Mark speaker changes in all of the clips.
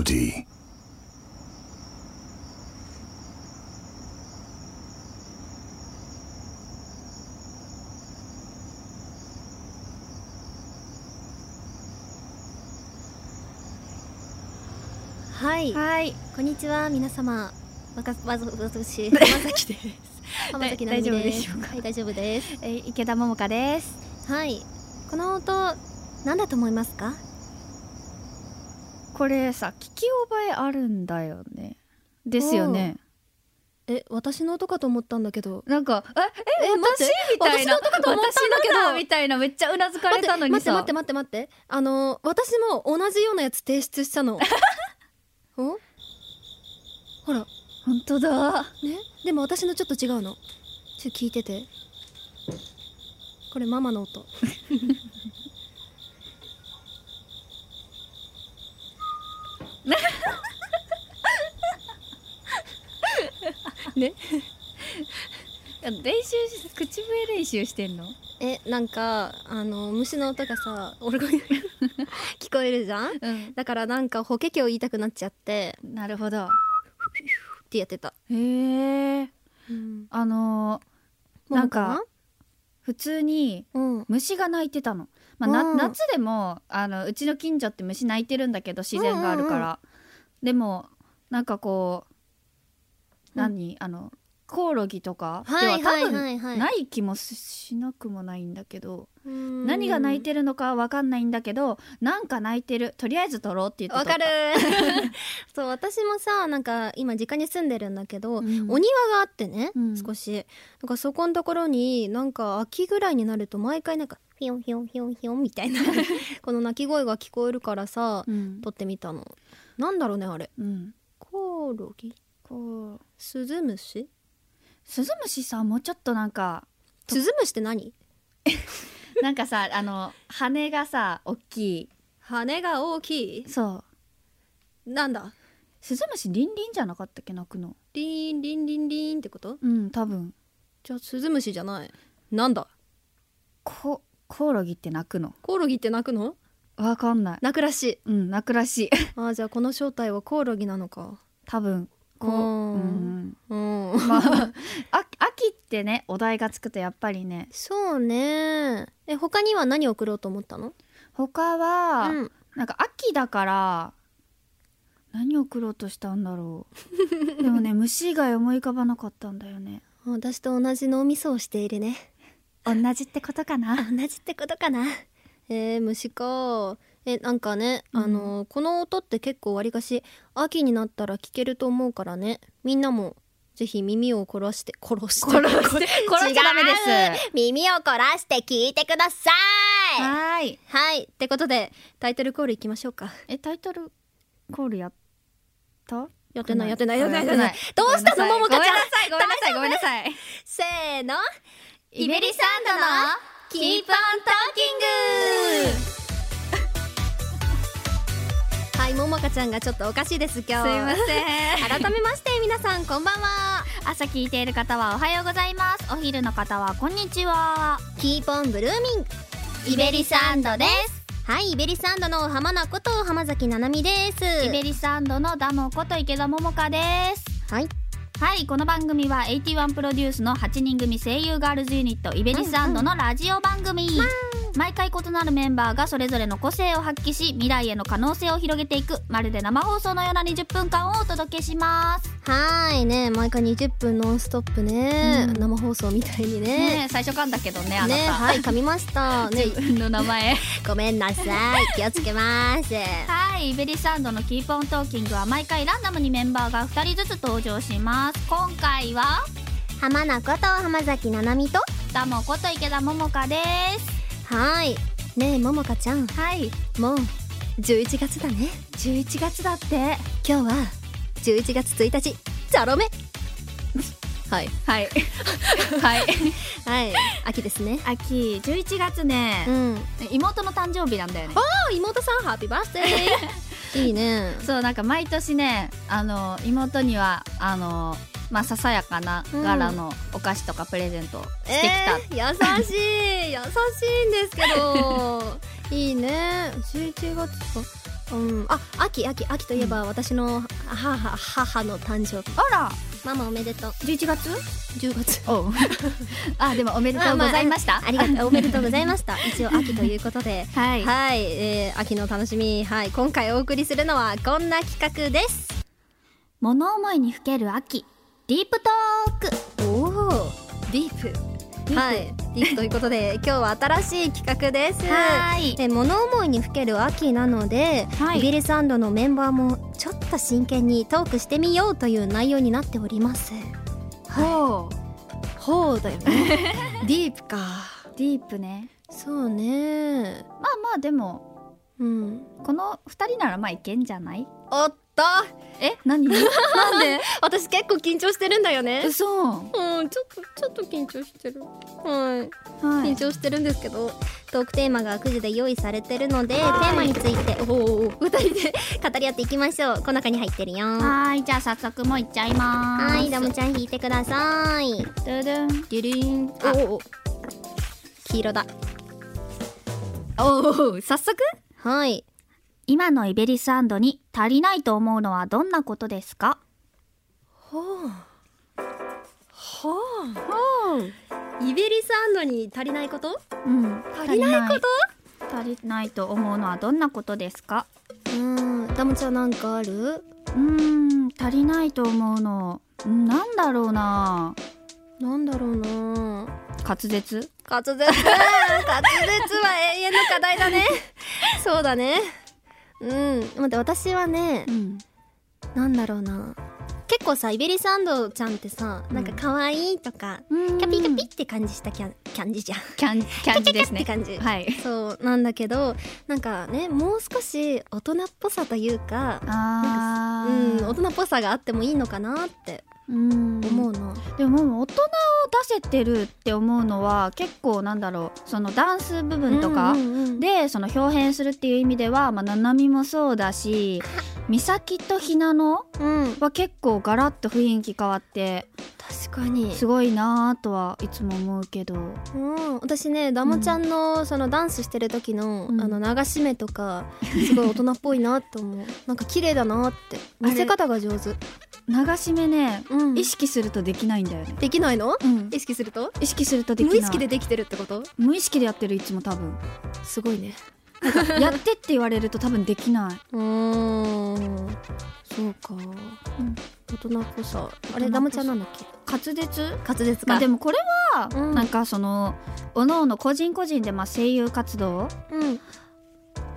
Speaker 1: オーディ
Speaker 2: はい、
Speaker 3: はい。
Speaker 2: こんにちは皆様。わかわず 私浜崎です。浜崎なみ
Speaker 3: 大丈夫
Speaker 2: で。
Speaker 3: ですしょうか
Speaker 2: はい大丈夫 です。
Speaker 3: えー池田桃香です。
Speaker 2: はい。この音何だと思いますか？
Speaker 3: これさ、聞き覚えあるんだよね。ですよね。
Speaker 2: え私の音かと思ったんだけど。
Speaker 3: なんか、え、え、
Speaker 2: え待
Speaker 3: 私
Speaker 2: って
Speaker 3: みたいな。
Speaker 2: 私の音かと思ったんだけど
Speaker 3: 私のだみたいな、めっちゃうなずか
Speaker 2: 待
Speaker 3: れ
Speaker 2: って
Speaker 3: たの
Speaker 2: 待
Speaker 3: に
Speaker 2: って
Speaker 3: さ。
Speaker 2: 待って待って待って。あの私も同じようなやつ提出した の。お？ほら
Speaker 3: 本当だ。
Speaker 2: ね。でも私のちょっと違うの。ちょっと聞いてて。これママの音。
Speaker 3: 練習し、口笛練習してんの
Speaker 2: えなんかあの虫の音がさオルゴン 聞こえるじゃん
Speaker 3: うん。
Speaker 2: だからなんか「法華経」言いたくなっちゃって
Speaker 3: なるほど。
Speaker 2: ってやってた、
Speaker 3: へえ。
Speaker 2: うん、
Speaker 3: あのーなんか、普通に、
Speaker 2: うん
Speaker 3: 虫が鳴いてたの、まあな
Speaker 2: うん
Speaker 3: 夏でもあのうちの近所って虫鳴いてるんだけど自然があるから、
Speaker 2: うんうん
Speaker 3: でもなんかこう
Speaker 2: うん
Speaker 3: 何、あのコオロギとかで
Speaker 2: は
Speaker 3: はい多
Speaker 2: はいは
Speaker 3: 分
Speaker 2: いはい
Speaker 3: ない気もししなくもないんだけど、
Speaker 2: うん
Speaker 3: 何が鳴いてるのかわかんないんだけどなんか鳴いてるとりあえず撮ろうって言って
Speaker 2: わかる
Speaker 3: 撮っ
Speaker 2: そう私もさなんか今実家に住んでるんだけど、
Speaker 3: うん
Speaker 2: お庭があってね、
Speaker 3: うん
Speaker 2: 少しなんかそこのところになんか秋ぐらいになると毎回なんか「ヒヨンヒヨンヒヨンヒヨン」みたい なこの鳴き声が聞こえるからさ
Speaker 3: た、うん
Speaker 2: 撮ってみたのなんだろうねあれ
Speaker 3: うん、
Speaker 2: コオロギ
Speaker 3: こう
Speaker 2: スズムシ
Speaker 3: スズムシさもうちょっとなんか
Speaker 2: スズムシって何
Speaker 3: なんかさあの羽がさ大き
Speaker 2: 羽が大きい
Speaker 3: いそう
Speaker 2: なんだ
Speaker 3: スズムシリンリンじゃなかったっけ鳴くの
Speaker 2: リンリンリンリンってこと
Speaker 3: うん多分
Speaker 2: じゃあスズムシじゃないなんだ
Speaker 3: ココオロギって鳴くの
Speaker 2: コオロギって鳴くの
Speaker 3: わかんない
Speaker 2: 鳴くらしい
Speaker 3: うん鳴くらしい
Speaker 2: あーじゃあこの正体はコオロギなのか
Speaker 3: 多分こ
Speaker 2: うー
Speaker 3: う、うんん、
Speaker 2: うん、
Speaker 3: まあ あ秋ってねお題がつくとやっぱりね
Speaker 2: そうねえ他には何送ろうと思ったの
Speaker 3: 他は、
Speaker 2: うん
Speaker 3: なんか秋だから何を送ろうとしたんだろ うでもね虫以外思い浮かばなかったんだよね
Speaker 2: 私と同じ脳みそをしているね
Speaker 3: 同じってことかな
Speaker 2: 同じってことかなえー、虫かえなんかね、
Speaker 3: うん
Speaker 2: あのこの音って結構わりかし秋になったら聞けると思うからねみんなもぜひ耳を凝らして殺して殺 して
Speaker 3: 殺しちゃダメです
Speaker 2: 耳を凝らして聞いてくださいはい
Speaker 3: はーい
Speaker 2: ってことでタイトルコールいきましょうか
Speaker 3: えタイトルコールやった
Speaker 2: やってないやってない
Speaker 3: ご
Speaker 2: やっ
Speaker 3: め
Speaker 2: て
Speaker 3: ん
Speaker 2: な
Speaker 3: ないさい
Speaker 2: やってないどうしたのももかちゃん
Speaker 3: ごめんなさいごめんなさいごめんなさい
Speaker 2: せーの
Speaker 3: イベリサンドの Keep on
Speaker 2: Talking はいももかちゃんがちょっとおかしいです今日
Speaker 3: せん
Speaker 2: 改めまして皆さんこんばんは
Speaker 3: 朝聞いている方はおはようございますお昼の方はこんにちは
Speaker 2: キーポンブルーミング
Speaker 3: イベリサンドです
Speaker 2: はいイベリサンドの浜名こと浜崎ななみです
Speaker 3: イベリサンドのダモこと池田桃香です
Speaker 2: はい
Speaker 3: はいこの番組は81プロデュースの8人組声優ガールズユニットイベリサンドのラジオ番組、毎回異なるメンバーがそれぞれの個性を発揮し未来への可能性を広げていくまるで生放送のような20分間をお届けします
Speaker 2: はーいね毎回20分ノンストップね、
Speaker 3: うん
Speaker 2: 生放送みたいにね
Speaker 3: ねえ最初かんだけどねあな
Speaker 2: ね
Speaker 3: た、
Speaker 2: はい噛みましたね
Speaker 3: 自分の名 前
Speaker 2: ごめんなさい気をつけます
Speaker 3: はいイベリサンドのキーポントーキングは毎回ランダムにメンバーが2人ずつ登場します今回は
Speaker 2: 浜名こと浜崎ななみと
Speaker 3: ダモこと池田桃香です
Speaker 2: はいねえももかちゃん
Speaker 3: はい
Speaker 2: もう11月だね
Speaker 3: 11月だって
Speaker 2: 今日は11月1日ザロ目はい
Speaker 3: はい はい
Speaker 2: はい秋ですね
Speaker 3: 秋11月
Speaker 2: う
Speaker 3: ね、
Speaker 2: ん
Speaker 3: 妹の誕生日なんだよね
Speaker 2: あ妹さんハッピーバースデー いいね
Speaker 3: そうなんか毎年ねあの妹にはあのまあささやかな柄のお菓子とかプレゼントをして きた、
Speaker 2: えー優しい優しいんですけどいいね11月かうんあ秋秋秋といえば私の母母の誕生日
Speaker 3: あら
Speaker 2: ママおめでとう
Speaker 3: 11月
Speaker 2: 10月
Speaker 3: おう あでもおめでとうございました、
Speaker 2: ありがとうおめでとうございました 一応秋ということで
Speaker 3: は
Speaker 2: はい、
Speaker 3: い、
Speaker 2: えー秋の楽しみはい今回お送りするのはこんな企画です
Speaker 3: 物思いにふける秋ディープトーク
Speaker 2: おおディープはいディープということ で今日は新しい企画です
Speaker 3: い
Speaker 2: で物思いにふける秋なので、
Speaker 3: はい
Speaker 2: イベリスアンドのメンバーもちょっと真剣にトークしてみようという内容になっております
Speaker 3: ほう
Speaker 2: ほうだよね ディープか
Speaker 3: ディープね
Speaker 2: そうね
Speaker 3: まあまあでも
Speaker 2: うん
Speaker 3: この二人ならまあいけんじゃない
Speaker 2: おっと
Speaker 3: え 何なんで
Speaker 2: 私結構緊張してるんだよね
Speaker 3: 嘘
Speaker 2: うんちょっとちょっと緊張してるはい
Speaker 3: は
Speaker 2: 緊
Speaker 3: い
Speaker 2: 張してるんですけど、トークテーマがくじで用意されてるのでテ
Speaker 3: はい
Speaker 2: ーマについておおお二人で語り合っていきましょうこの中に入ってるよは
Speaker 3: はーいじゃあ早速もういっちゃいまーす
Speaker 2: いダムちゃん引いてください
Speaker 3: ドゥドゥン
Speaker 2: デュリン
Speaker 3: あ
Speaker 2: おお黄色だ
Speaker 3: おお早速
Speaker 2: はい
Speaker 3: 今のイベリスアンドに足りないと思うのはどんなことですか
Speaker 2: ほうほうイベリスアンドに足りないこと
Speaker 3: うん
Speaker 2: 足りないこと
Speaker 3: 足りないと思うのはどんなことですか
Speaker 2: とうんダムちゃんなんかある
Speaker 3: うーん足りないと思うのうんなんだろうな
Speaker 2: なんだろうな
Speaker 3: 滑舌
Speaker 2: 滑舌滑舌は永遠の課題だ ねそうだねうん待って私はね
Speaker 3: ん
Speaker 2: なんだろうな結構さイベリスアンドちゃんってさなんか可愛いとか、キャピキャピって感じしたキャンキャンじじゃん
Speaker 3: キャンキャンジですね
Speaker 2: キャピキャピって感じ
Speaker 3: はい
Speaker 2: そうなんだけどなんかねもう少し大人っぽさというか
Speaker 3: あ
Speaker 2: うん大人っぽさがあってもいいのかなって
Speaker 3: うん
Speaker 2: 思うな、
Speaker 3: でももう大人を出せてるって思うのは結構なんだろうそのダンス部分とか、
Speaker 2: うんうんうん
Speaker 3: でその表現するっていう意味では、まあ、ななみもそうだし 美咲とひなの
Speaker 2: うん
Speaker 3: は結構ガラッと雰囲気変わって
Speaker 2: 確かに
Speaker 3: すごいなぁとはいつも思うけど
Speaker 2: うん、私ねダモちゃんのそのダンスしてる時の、
Speaker 3: うん
Speaker 2: あの流し目とかすごい大人っぽいなって 思うなんか綺麗だなって見せ方が上手、
Speaker 3: 流し目ね
Speaker 2: うん
Speaker 3: 意識するとできないんだよね、
Speaker 2: できないの
Speaker 3: うん、
Speaker 2: 意識すると
Speaker 3: 意識するとできな
Speaker 2: 無
Speaker 3: い
Speaker 2: 意識でできてるってこと
Speaker 3: 無意識でやってるいつも多分
Speaker 2: すごいね
Speaker 3: やってって言われると多分できな
Speaker 2: うーんそうか、
Speaker 3: ん
Speaker 2: 大人っぽさあ
Speaker 3: 大人っぽさ
Speaker 2: れダモちゃんなんだっけ
Speaker 3: い滑舌
Speaker 2: 滑舌
Speaker 3: ま
Speaker 2: か、
Speaker 3: あでもこれは
Speaker 2: うん
Speaker 3: なんかその各々個人個人でまあ声優活動
Speaker 2: うん
Speaker 3: っ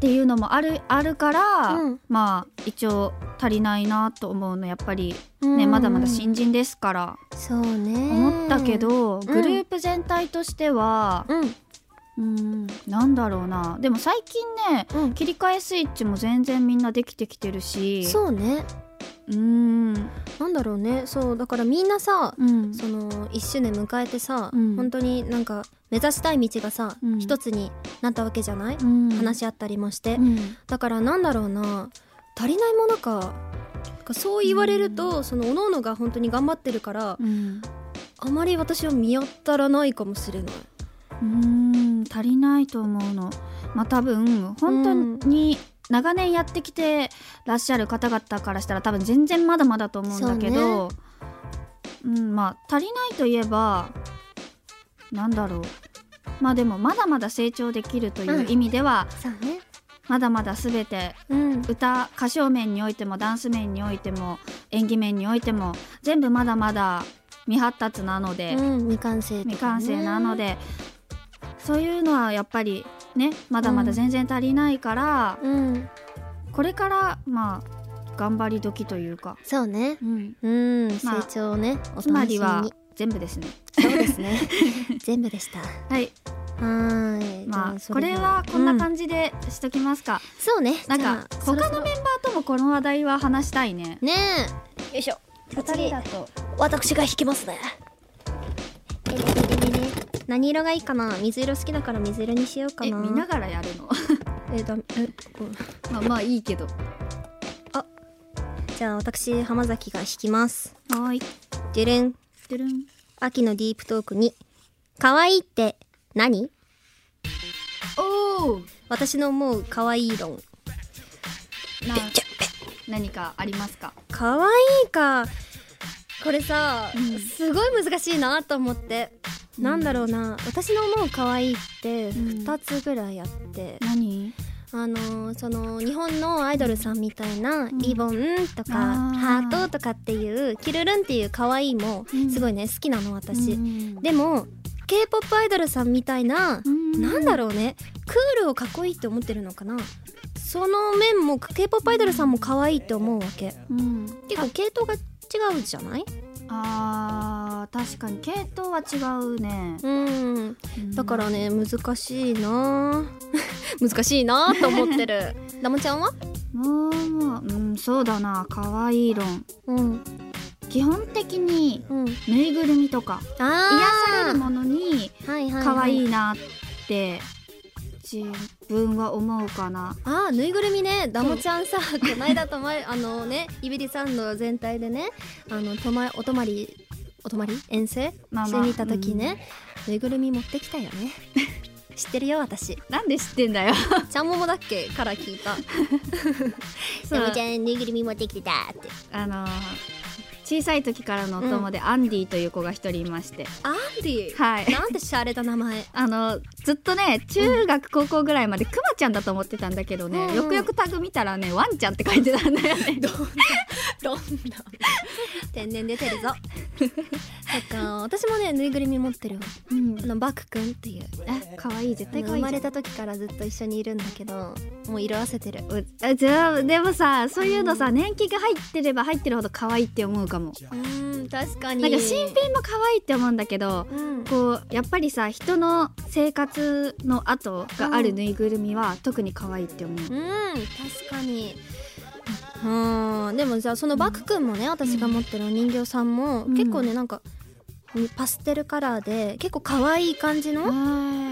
Speaker 3: ていうのもあるあるから、
Speaker 2: うん
Speaker 3: まあ一応足りないなと思うのやっぱり
Speaker 2: うん
Speaker 3: ね、まだまだ新人ですから
Speaker 2: そうね
Speaker 3: 思ったけど、
Speaker 2: ん
Speaker 3: グループ全体としては
Speaker 2: うん
Speaker 3: うんなんだろうなでも最近ね
Speaker 2: うん
Speaker 3: 切り替えスイッチも全然みんなできてきてるし
Speaker 2: そうね
Speaker 3: ううん
Speaker 2: なんだろうねそうだからみんなさ
Speaker 3: うん
Speaker 2: その1周年迎えてさ、
Speaker 3: うん
Speaker 2: 本当になんか目指したい道がさ、
Speaker 3: うん
Speaker 2: 一つになったわけじゃない、
Speaker 3: うん
Speaker 2: 話し合ったりもして、
Speaker 3: うん
Speaker 2: だからなんだろうな足りないものかかそう言われると、その各々が本当に頑張ってるから、
Speaker 3: うん
Speaker 2: あまり私は見当たらないかもしれない。
Speaker 3: うん足りないと思うのまあ多分本当に長年やってきてらっしゃる方々からしたら多分全然まだまだと思うんだけどう、ん、まあ足りないといえばなんだろうまあでもまだまだ成長できるという意味では、
Speaker 2: そうね、
Speaker 3: まだまだ全て
Speaker 2: うん、
Speaker 3: 歌歌唱面においてもダンス面においても演技面においても全部まだまだ未発達なので。
Speaker 2: うん未完成とか、ね、
Speaker 3: 未完成なのでそういうのはやっぱりねまだまだ全然足りないから、
Speaker 2: うん
Speaker 3: これからまあ頑張り時というか、
Speaker 2: そうねうん、
Speaker 3: まあ
Speaker 2: 成長をねお楽しみに
Speaker 3: つまりは全部ですね
Speaker 2: そうですね 全部でしたは
Speaker 3: はい
Speaker 2: ーい
Speaker 3: まあ
Speaker 2: じゃ
Speaker 3: これはこんな感じでしときますか、
Speaker 2: じ、そうね
Speaker 3: なんか
Speaker 2: じゃあそろ
Speaker 3: 他
Speaker 2: そ
Speaker 3: の
Speaker 2: ろ
Speaker 3: メンバーともこの話題は話したいね
Speaker 2: ねえよいしょ
Speaker 3: 2人だと
Speaker 2: 私が弾きますねねねねねねね何色がいいかな水色好きだから水色にしようか
Speaker 3: え
Speaker 2: な
Speaker 3: 見ながらやるの
Speaker 2: えだえこう
Speaker 3: まあまあいいけど
Speaker 2: じゃあ私浜崎が弾きます
Speaker 3: はい
Speaker 2: デュルン
Speaker 3: てるん
Speaker 2: 秋のディープトークに可愛いって何
Speaker 3: おお
Speaker 2: 私の思う可愛い論
Speaker 3: な何かありますか
Speaker 2: 可愛いかこれさ、
Speaker 3: うん
Speaker 2: すごい難しいなと思って、
Speaker 3: うん
Speaker 2: なんだろうな私の思う可愛いって
Speaker 3: ん
Speaker 2: 2つぐらいあって、
Speaker 3: 何
Speaker 2: あのーその日本のアイドルさんみたいな、
Speaker 3: ん
Speaker 2: リボンとか
Speaker 3: あー
Speaker 2: ハートとかっていうキルルンっていう可愛いも
Speaker 3: うん
Speaker 2: すごいね好きなの私、
Speaker 3: うん
Speaker 2: でも k p o p アイドルさんみたいな、
Speaker 3: うん
Speaker 2: なんだろうねクールをかっこいいって思ってるのかなその面も k p o p アイドルさんも可愛いって思うわけ
Speaker 3: うん
Speaker 2: 結構系統が違うじゃない
Speaker 3: あー確かに系統は違うね、
Speaker 2: うん
Speaker 3: うん
Speaker 2: だからね難しいな ぁ難しいなぁと思って るダモちゃんは
Speaker 3: もううんそうだな可愛い論
Speaker 2: うん
Speaker 3: 基本的に
Speaker 2: うん
Speaker 3: ぬいぐるみとか
Speaker 2: あ
Speaker 3: 癒されるものに
Speaker 2: ーはいはい、はい、
Speaker 3: 可愛いなって自分は思うかな
Speaker 2: あーぬいぐるみねダモちゃんさ こないだとまあのねイベリサンド全体でねあのとまお泊まりお泊まり遠征
Speaker 3: まあまあ
Speaker 2: してみた時ね、ぬいぐるみ持ってきたよね 知ってるよ私
Speaker 3: なんで知ってんだよ
Speaker 2: ちゃんももだっけから聞いたダモちゃんぬいぐるみ持ってきてたって
Speaker 3: あの小さい時からのお友で、アンディという子が一人いまして
Speaker 2: アンディ
Speaker 3: はい
Speaker 2: なんて洒落た名前
Speaker 3: あのずっとね中学、高校ぐらいまでクマちゃんだと思ってたんだけどね、
Speaker 2: うんうん
Speaker 3: よくよくタグ見たらねワンちゃんって書いてたんだ よね
Speaker 2: どんな 天然出てるぞそっか私もねぬいぐるみ持ってるわ
Speaker 3: うん
Speaker 2: あのバク君っていう
Speaker 3: あ可愛い絶対可
Speaker 2: 生
Speaker 3: 愛い
Speaker 2: ま
Speaker 3: じ
Speaker 2: れ
Speaker 3: ゃん
Speaker 2: た時からずっと一緒にいるんだけどもう色あせてる
Speaker 3: うあじゃあでもさそういうのさ年季が入ってれば入ってるほど可愛いって思うかも
Speaker 2: うん確かに
Speaker 3: なんか新品も可愛いって思うんだけど
Speaker 2: うん
Speaker 3: こうやっぱりさ人の生活の跡があるぬいぐるみは特に可愛いって思う、
Speaker 2: うん確かにうんでもじゃあそのバク君もね私が持ってるお人形さんも
Speaker 3: うん
Speaker 2: 結構ねなんかパステルカラーで結構可愛い感じの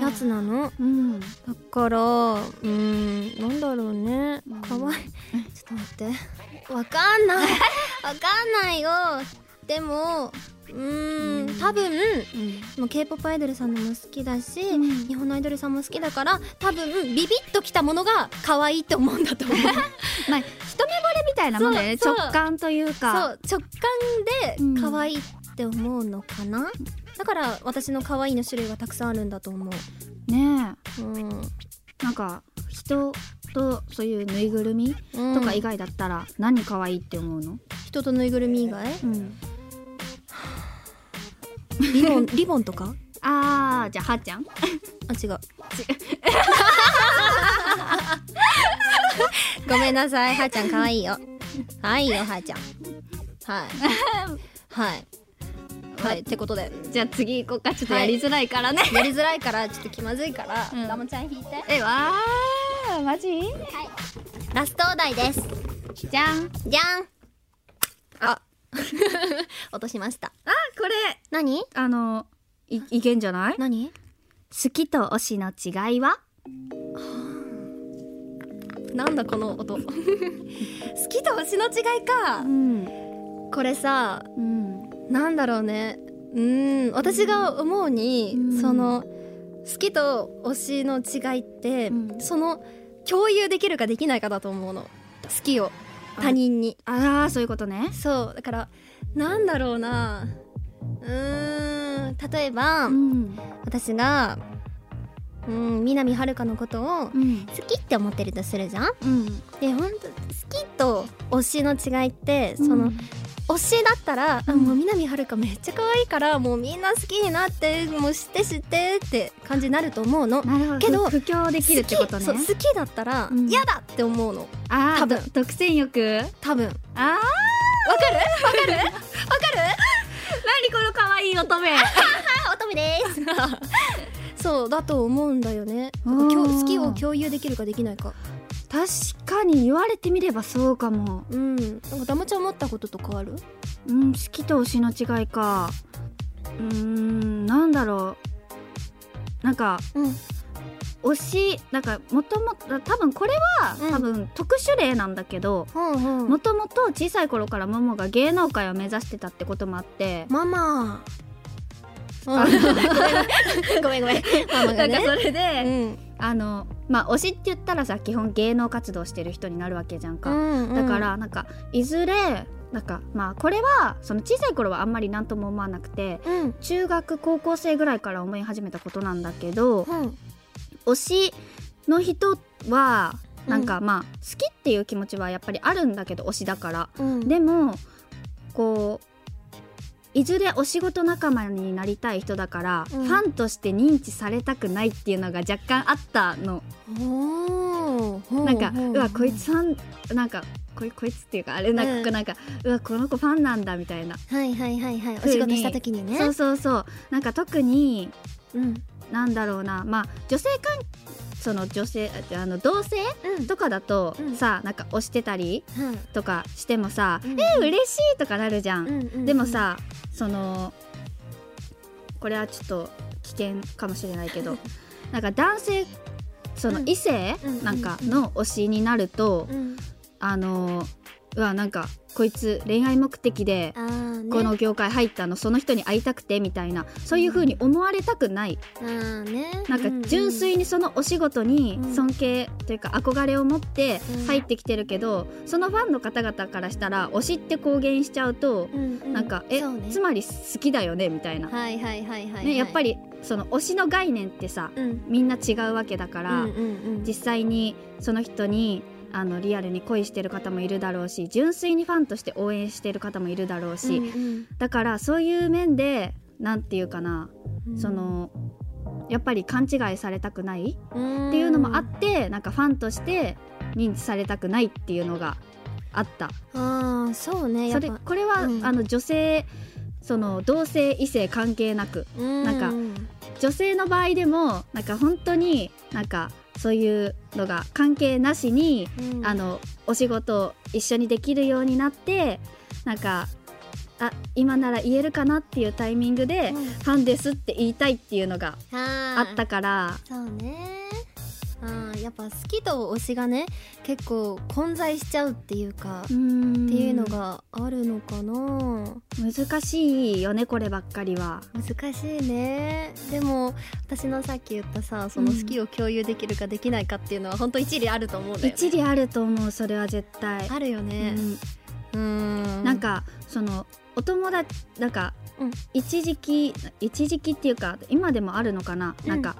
Speaker 2: やつなの
Speaker 3: うん
Speaker 2: だからうーんなんだろうね
Speaker 3: うん
Speaker 2: かわいいちょっと待ってわかんないわかんないよでもうー
Speaker 3: うん
Speaker 2: ん多分
Speaker 3: うん
Speaker 2: もう k p o p アイドルさんのも好きだし、
Speaker 3: うん
Speaker 2: 日本のアイドルさんも好きだから多分ビビッときたものが可愛いと思うんだと 思う
Speaker 3: まあ一目惚れみたいなもんだよね
Speaker 2: そう
Speaker 3: 直
Speaker 2: そう
Speaker 3: 感という
Speaker 2: そう
Speaker 3: か
Speaker 2: 直感で可愛いって思うのかな、だから私の可愛いの種類はたくさんあるんだと思
Speaker 3: ね
Speaker 2: う、うん
Speaker 3: えなんか人とそういうぬいぐるみ
Speaker 2: うん
Speaker 3: とか以外だったら何可愛いって思うの、
Speaker 2: 人とぬいぐるみ以外
Speaker 3: うん、
Speaker 2: リボンリボンとか
Speaker 3: あーじゃあはーちゃん
Speaker 2: あ違 うごめんなさいはーちゃん可愛いよ可愛いよはーちゃん はいはいはいってことで
Speaker 3: じゃあ次行こうかちょっとやりづらいからね、
Speaker 2: やりづらいからちょっと気まずいから、
Speaker 3: うん
Speaker 2: ダモちゃん引いて
Speaker 3: えわーマジ
Speaker 2: ラストお題です
Speaker 3: じゃん
Speaker 2: じゃんあ 落としました
Speaker 3: あこれ
Speaker 2: 何
Speaker 3: あのいいけんじゃない
Speaker 2: 何
Speaker 3: 好きと推しの違いは
Speaker 2: なんだこの音好きと星の違いか
Speaker 3: ん
Speaker 2: これさ
Speaker 3: うん
Speaker 2: なんだろうねうーん私が思うに、
Speaker 3: うん
Speaker 2: その好きと推しの違いって、
Speaker 3: うん
Speaker 2: その共有できるかできないかだと思うの好きを他人に
Speaker 3: ああそういうことね
Speaker 2: そうだからなんだろうなうーん例えば、
Speaker 3: ん
Speaker 2: 私がうん南遥のことを
Speaker 3: うん
Speaker 2: 好きって思ってるとするじゃん
Speaker 3: うん
Speaker 2: で本当好きと推しの違いってその、
Speaker 3: うん
Speaker 2: 推しだったら、あもう南はるかめっちゃ可愛いからもうみんな好きになってもう知って知ってって感じになると思うの。
Speaker 3: なるほど
Speaker 2: けど
Speaker 3: 不況できるってことね
Speaker 2: 好きそう好きだったら
Speaker 3: うん
Speaker 2: 嫌、だって思うの
Speaker 3: ああ
Speaker 2: 多分
Speaker 3: 独占欲
Speaker 2: 多分
Speaker 3: あ
Speaker 2: わ
Speaker 3: あ
Speaker 2: かる
Speaker 3: 何この可愛い乙女
Speaker 2: あ乙女です そうだと思うんだよね
Speaker 3: あ
Speaker 2: だ
Speaker 3: ー
Speaker 2: からきょ好きを共有できるかできないか
Speaker 3: 確かに言われてみればそうかも
Speaker 2: うんなんかダマちゃん思ったこととかある
Speaker 3: うん好きと推しの違いかうーんなんだろうなんか
Speaker 2: うん
Speaker 3: 推しなんかもともと多分これは、
Speaker 2: うん
Speaker 3: 多分特殊例なんだけど
Speaker 2: ほうほ
Speaker 3: もともと小さい頃からももが芸能界を目指してたってこともあって、
Speaker 2: ママ
Speaker 3: あ
Speaker 2: ごめんごめんママ が
Speaker 3: なんか
Speaker 2: ね
Speaker 3: それで、
Speaker 2: うん
Speaker 3: あのまあ推しって言ったらさ基本芸能活動してる人になるわけじゃんか、
Speaker 2: うんうん
Speaker 3: だからなんかいずれなんかまあこれはその小さい頃はあんまり何とも思わなくて
Speaker 2: うん
Speaker 3: 中学高校生ぐらいから思い始めたことなんだけど
Speaker 2: うん
Speaker 3: 推しの人はなんかまあ好きっていう気持ちはやっぱりあるんだけど推しだから
Speaker 2: うん
Speaker 3: でもこういずれお仕事仲間になりたい人だから、
Speaker 2: うん
Speaker 3: ファンとして認知されたくないっていうのが若干あったの
Speaker 2: おー
Speaker 3: なんか
Speaker 2: ほほ
Speaker 3: うわこいつファンなんかこいこいつっていうかあれなんか,、
Speaker 2: うん
Speaker 3: なんかうわこの子ファンなんだみたいな、
Speaker 2: はいはいはいはいお
Speaker 3: 風
Speaker 2: 仕事
Speaker 3: に
Speaker 2: した時にね
Speaker 3: そうそうそうなんか特に
Speaker 2: うんうん
Speaker 3: なんだろうなまあ女性関その女性ああの同性とかだと、
Speaker 2: うん
Speaker 3: さなんか推してたり
Speaker 2: はい
Speaker 3: とかしてもさ、
Speaker 2: うん
Speaker 3: え嬉しいとかなるじゃん、
Speaker 2: うんうんうん
Speaker 3: でもさそのこれはちょっと危険かもしれないけどなんか男性その
Speaker 2: うん
Speaker 3: 異性
Speaker 2: うん
Speaker 3: なんかの推しになると、
Speaker 2: うん
Speaker 3: あのうわなんかこいつ恋愛目的で
Speaker 2: あーね
Speaker 3: この業界入ったのその人に会いたくてみたいなそういう風に思われたくない、
Speaker 2: あーね
Speaker 3: なんか純粋にそのお仕事に
Speaker 2: うん
Speaker 3: 尊敬というか憧れを持って
Speaker 2: うん
Speaker 3: 入ってきてるけど、そのファンの方々からしたら推しって公言しちゃうと、
Speaker 2: うんう
Speaker 3: なんかえ、
Speaker 2: そうね
Speaker 3: つまり好きだよねみたいな、
Speaker 2: はいはいはいはい
Speaker 3: ね、やっぱ
Speaker 2: り
Speaker 3: りその推しの概念ってさ
Speaker 2: うん
Speaker 3: みんな違うわけだか
Speaker 2: うん
Speaker 3: ら、
Speaker 2: うん
Speaker 3: 実際にその人にあのリアルに恋してる方もいるだろうし純粋にファンとして応援してる方もいるだろうし、
Speaker 2: うん
Speaker 3: だからそういう面でなんていうかな、
Speaker 2: うん
Speaker 3: そのやっぱり勘違いされたくない
Speaker 2: っ
Speaker 3: っていうのもあって、なんかファンとして認知されたくないっていうのがあった。
Speaker 2: あーそうねや
Speaker 3: そ
Speaker 2: っ
Speaker 3: れ
Speaker 2: ぱ
Speaker 3: これは、
Speaker 2: うん
Speaker 3: あの女性その同性異性関係なく
Speaker 2: なん
Speaker 3: か女性の場合でもなんか本当になんかそういうのが関係なしに、あのお仕事を一緒にできるようになってなんかあ今なら言えるかなっていうタイミングで、
Speaker 2: うん
Speaker 3: ファンですって言いたいっていうのがあ
Speaker 2: あー
Speaker 3: ったから、
Speaker 2: そうねあーやっぱ好きと推しがね結構混在しちゃうっていうか
Speaker 3: う
Speaker 2: っ
Speaker 3: ん
Speaker 2: ていうのがあるのかな
Speaker 3: 難しいよねこればっかりは。
Speaker 2: 難しいねでも私のさっき言ったさその
Speaker 3: うん
Speaker 2: 好きを共有できるかできないかっていうのは本当一理あると思うんだよね
Speaker 3: 一理あると思うそれは絶対。
Speaker 2: あるよね
Speaker 3: うん
Speaker 2: うーん
Speaker 3: なんかそのお友達なんか、
Speaker 2: うん
Speaker 3: 一時期一時期っていうか今でもあるのかな、
Speaker 2: うん
Speaker 3: なんか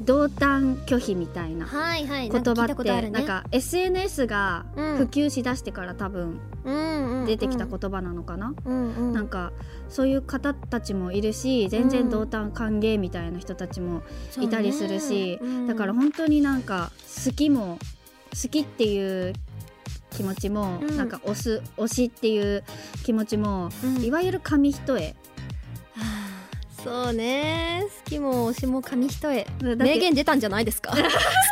Speaker 3: 同担拒否みたいな
Speaker 2: はいはい
Speaker 3: 言
Speaker 2: なんか
Speaker 3: 葉
Speaker 2: 聞いた
Speaker 3: っ
Speaker 2: こ
Speaker 3: て
Speaker 2: とあ
Speaker 3: な
Speaker 2: る
Speaker 3: ん,、
Speaker 2: ね
Speaker 3: か SNS が
Speaker 2: うん
Speaker 3: 普及しだしてから多分
Speaker 2: うんうん
Speaker 3: 出てきた言葉なのかな、
Speaker 2: とうんうん
Speaker 3: なんかそういう方たちもいるし全然同担歓迎みたいな人たちも、
Speaker 2: そうね
Speaker 3: いたりするし
Speaker 2: うん
Speaker 3: だから本当になんか好きも好きっていう気持ちも、
Speaker 2: うん
Speaker 3: なんか推す推しっていう気持ちも
Speaker 2: うん
Speaker 3: いわゆる紙一重
Speaker 2: はあそうね好きも推しも紙一重
Speaker 3: だって
Speaker 2: 名言出たんじゃない ですか好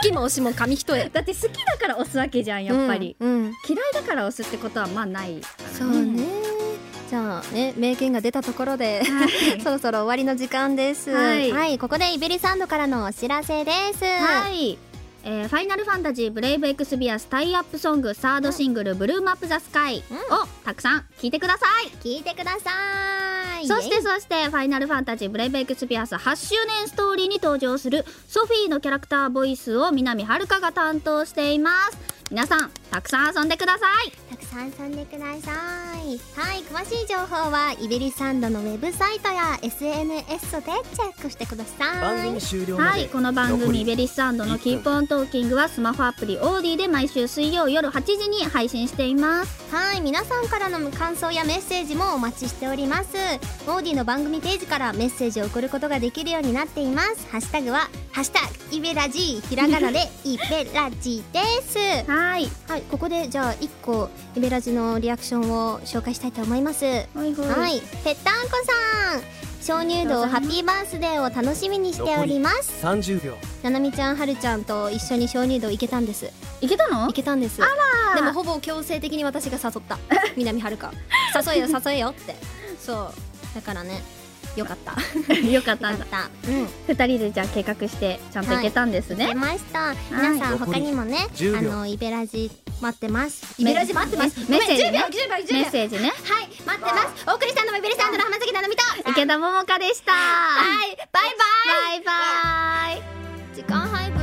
Speaker 2: きも推しも紙一重
Speaker 3: だって好きだから押すわけじゃんやっぱり、
Speaker 2: うんうん
Speaker 3: 嫌いだから押すってことはまあないから
Speaker 2: そうね、じゃあね名言が出たところで
Speaker 3: はい
Speaker 2: そろそろ終わりの時間です
Speaker 3: はい
Speaker 2: ここでイベリサンドからのお知らせです
Speaker 3: はい、えーファイナルファンタジーブレイブエクスビアスタイアップソングサードシングル「ブルームアップザスカイ
Speaker 2: うん
Speaker 3: をたくさん聴いてください
Speaker 2: 聞いてください
Speaker 3: そしてそして「ファイナルファンタジーブレイブエクスピアス」8周年ストーリーに登場するソフィーのキャラクターボイスを南遥が担当しています皆さんたくさん遊んでください
Speaker 2: たくさん遊んでくださいはい詳しい情報はイベリサンドのウェブサイトや SNS でチェックしてくだ
Speaker 1: 番
Speaker 2: さい
Speaker 1: 組終了ま
Speaker 3: は
Speaker 1: で
Speaker 3: いこの番
Speaker 1: 残
Speaker 3: 組「
Speaker 1: り
Speaker 3: ベリスサンドのキープオントーキング」はスマホアプリ OD で毎週水曜夜8時に配信しています
Speaker 2: はい皆さんからの感想やメッセージもお待ちしておりますオーディの番組ページからメッセージを送ることができるようになっていますハッシュタグはハッシュタグイベラジーひらがなでイベラジーです
Speaker 3: はい
Speaker 2: はいここでじゃあ1個イベラジのリアクションを紹介したいと思います
Speaker 3: ほいほい
Speaker 2: はいぺったんこさん鍾乳洞ハッピーバースデーを楽しみにしております
Speaker 1: 30秒
Speaker 2: ななみちゃんはるちゃんと一緒に鍾乳洞行けたんです
Speaker 3: いけたの
Speaker 2: 行けたんですでもほぼ強制的に私が誘った南はるか誘えよ誘えよってそうだからねよかったよ
Speaker 3: よかった
Speaker 2: かったうん
Speaker 3: 2人でじゃあ計画してちゃんといけたんですね、
Speaker 2: 出ました
Speaker 3: い
Speaker 2: 皆さ
Speaker 1: 残
Speaker 2: ん他
Speaker 1: り
Speaker 2: にもね
Speaker 1: 10
Speaker 2: あ
Speaker 1: 秒
Speaker 2: のイベラジ待ってますイ
Speaker 3: メ
Speaker 2: ベラジ待ってます
Speaker 3: メッセージね
Speaker 2: ごめん10秒10秒10秒
Speaker 3: メッセージね
Speaker 2: はい待ってますお送りしたのもイベリサンドの浜崎ななみと
Speaker 3: 池田桃香でした
Speaker 2: はいバイバイ
Speaker 3: バイバイ
Speaker 2: 時間配分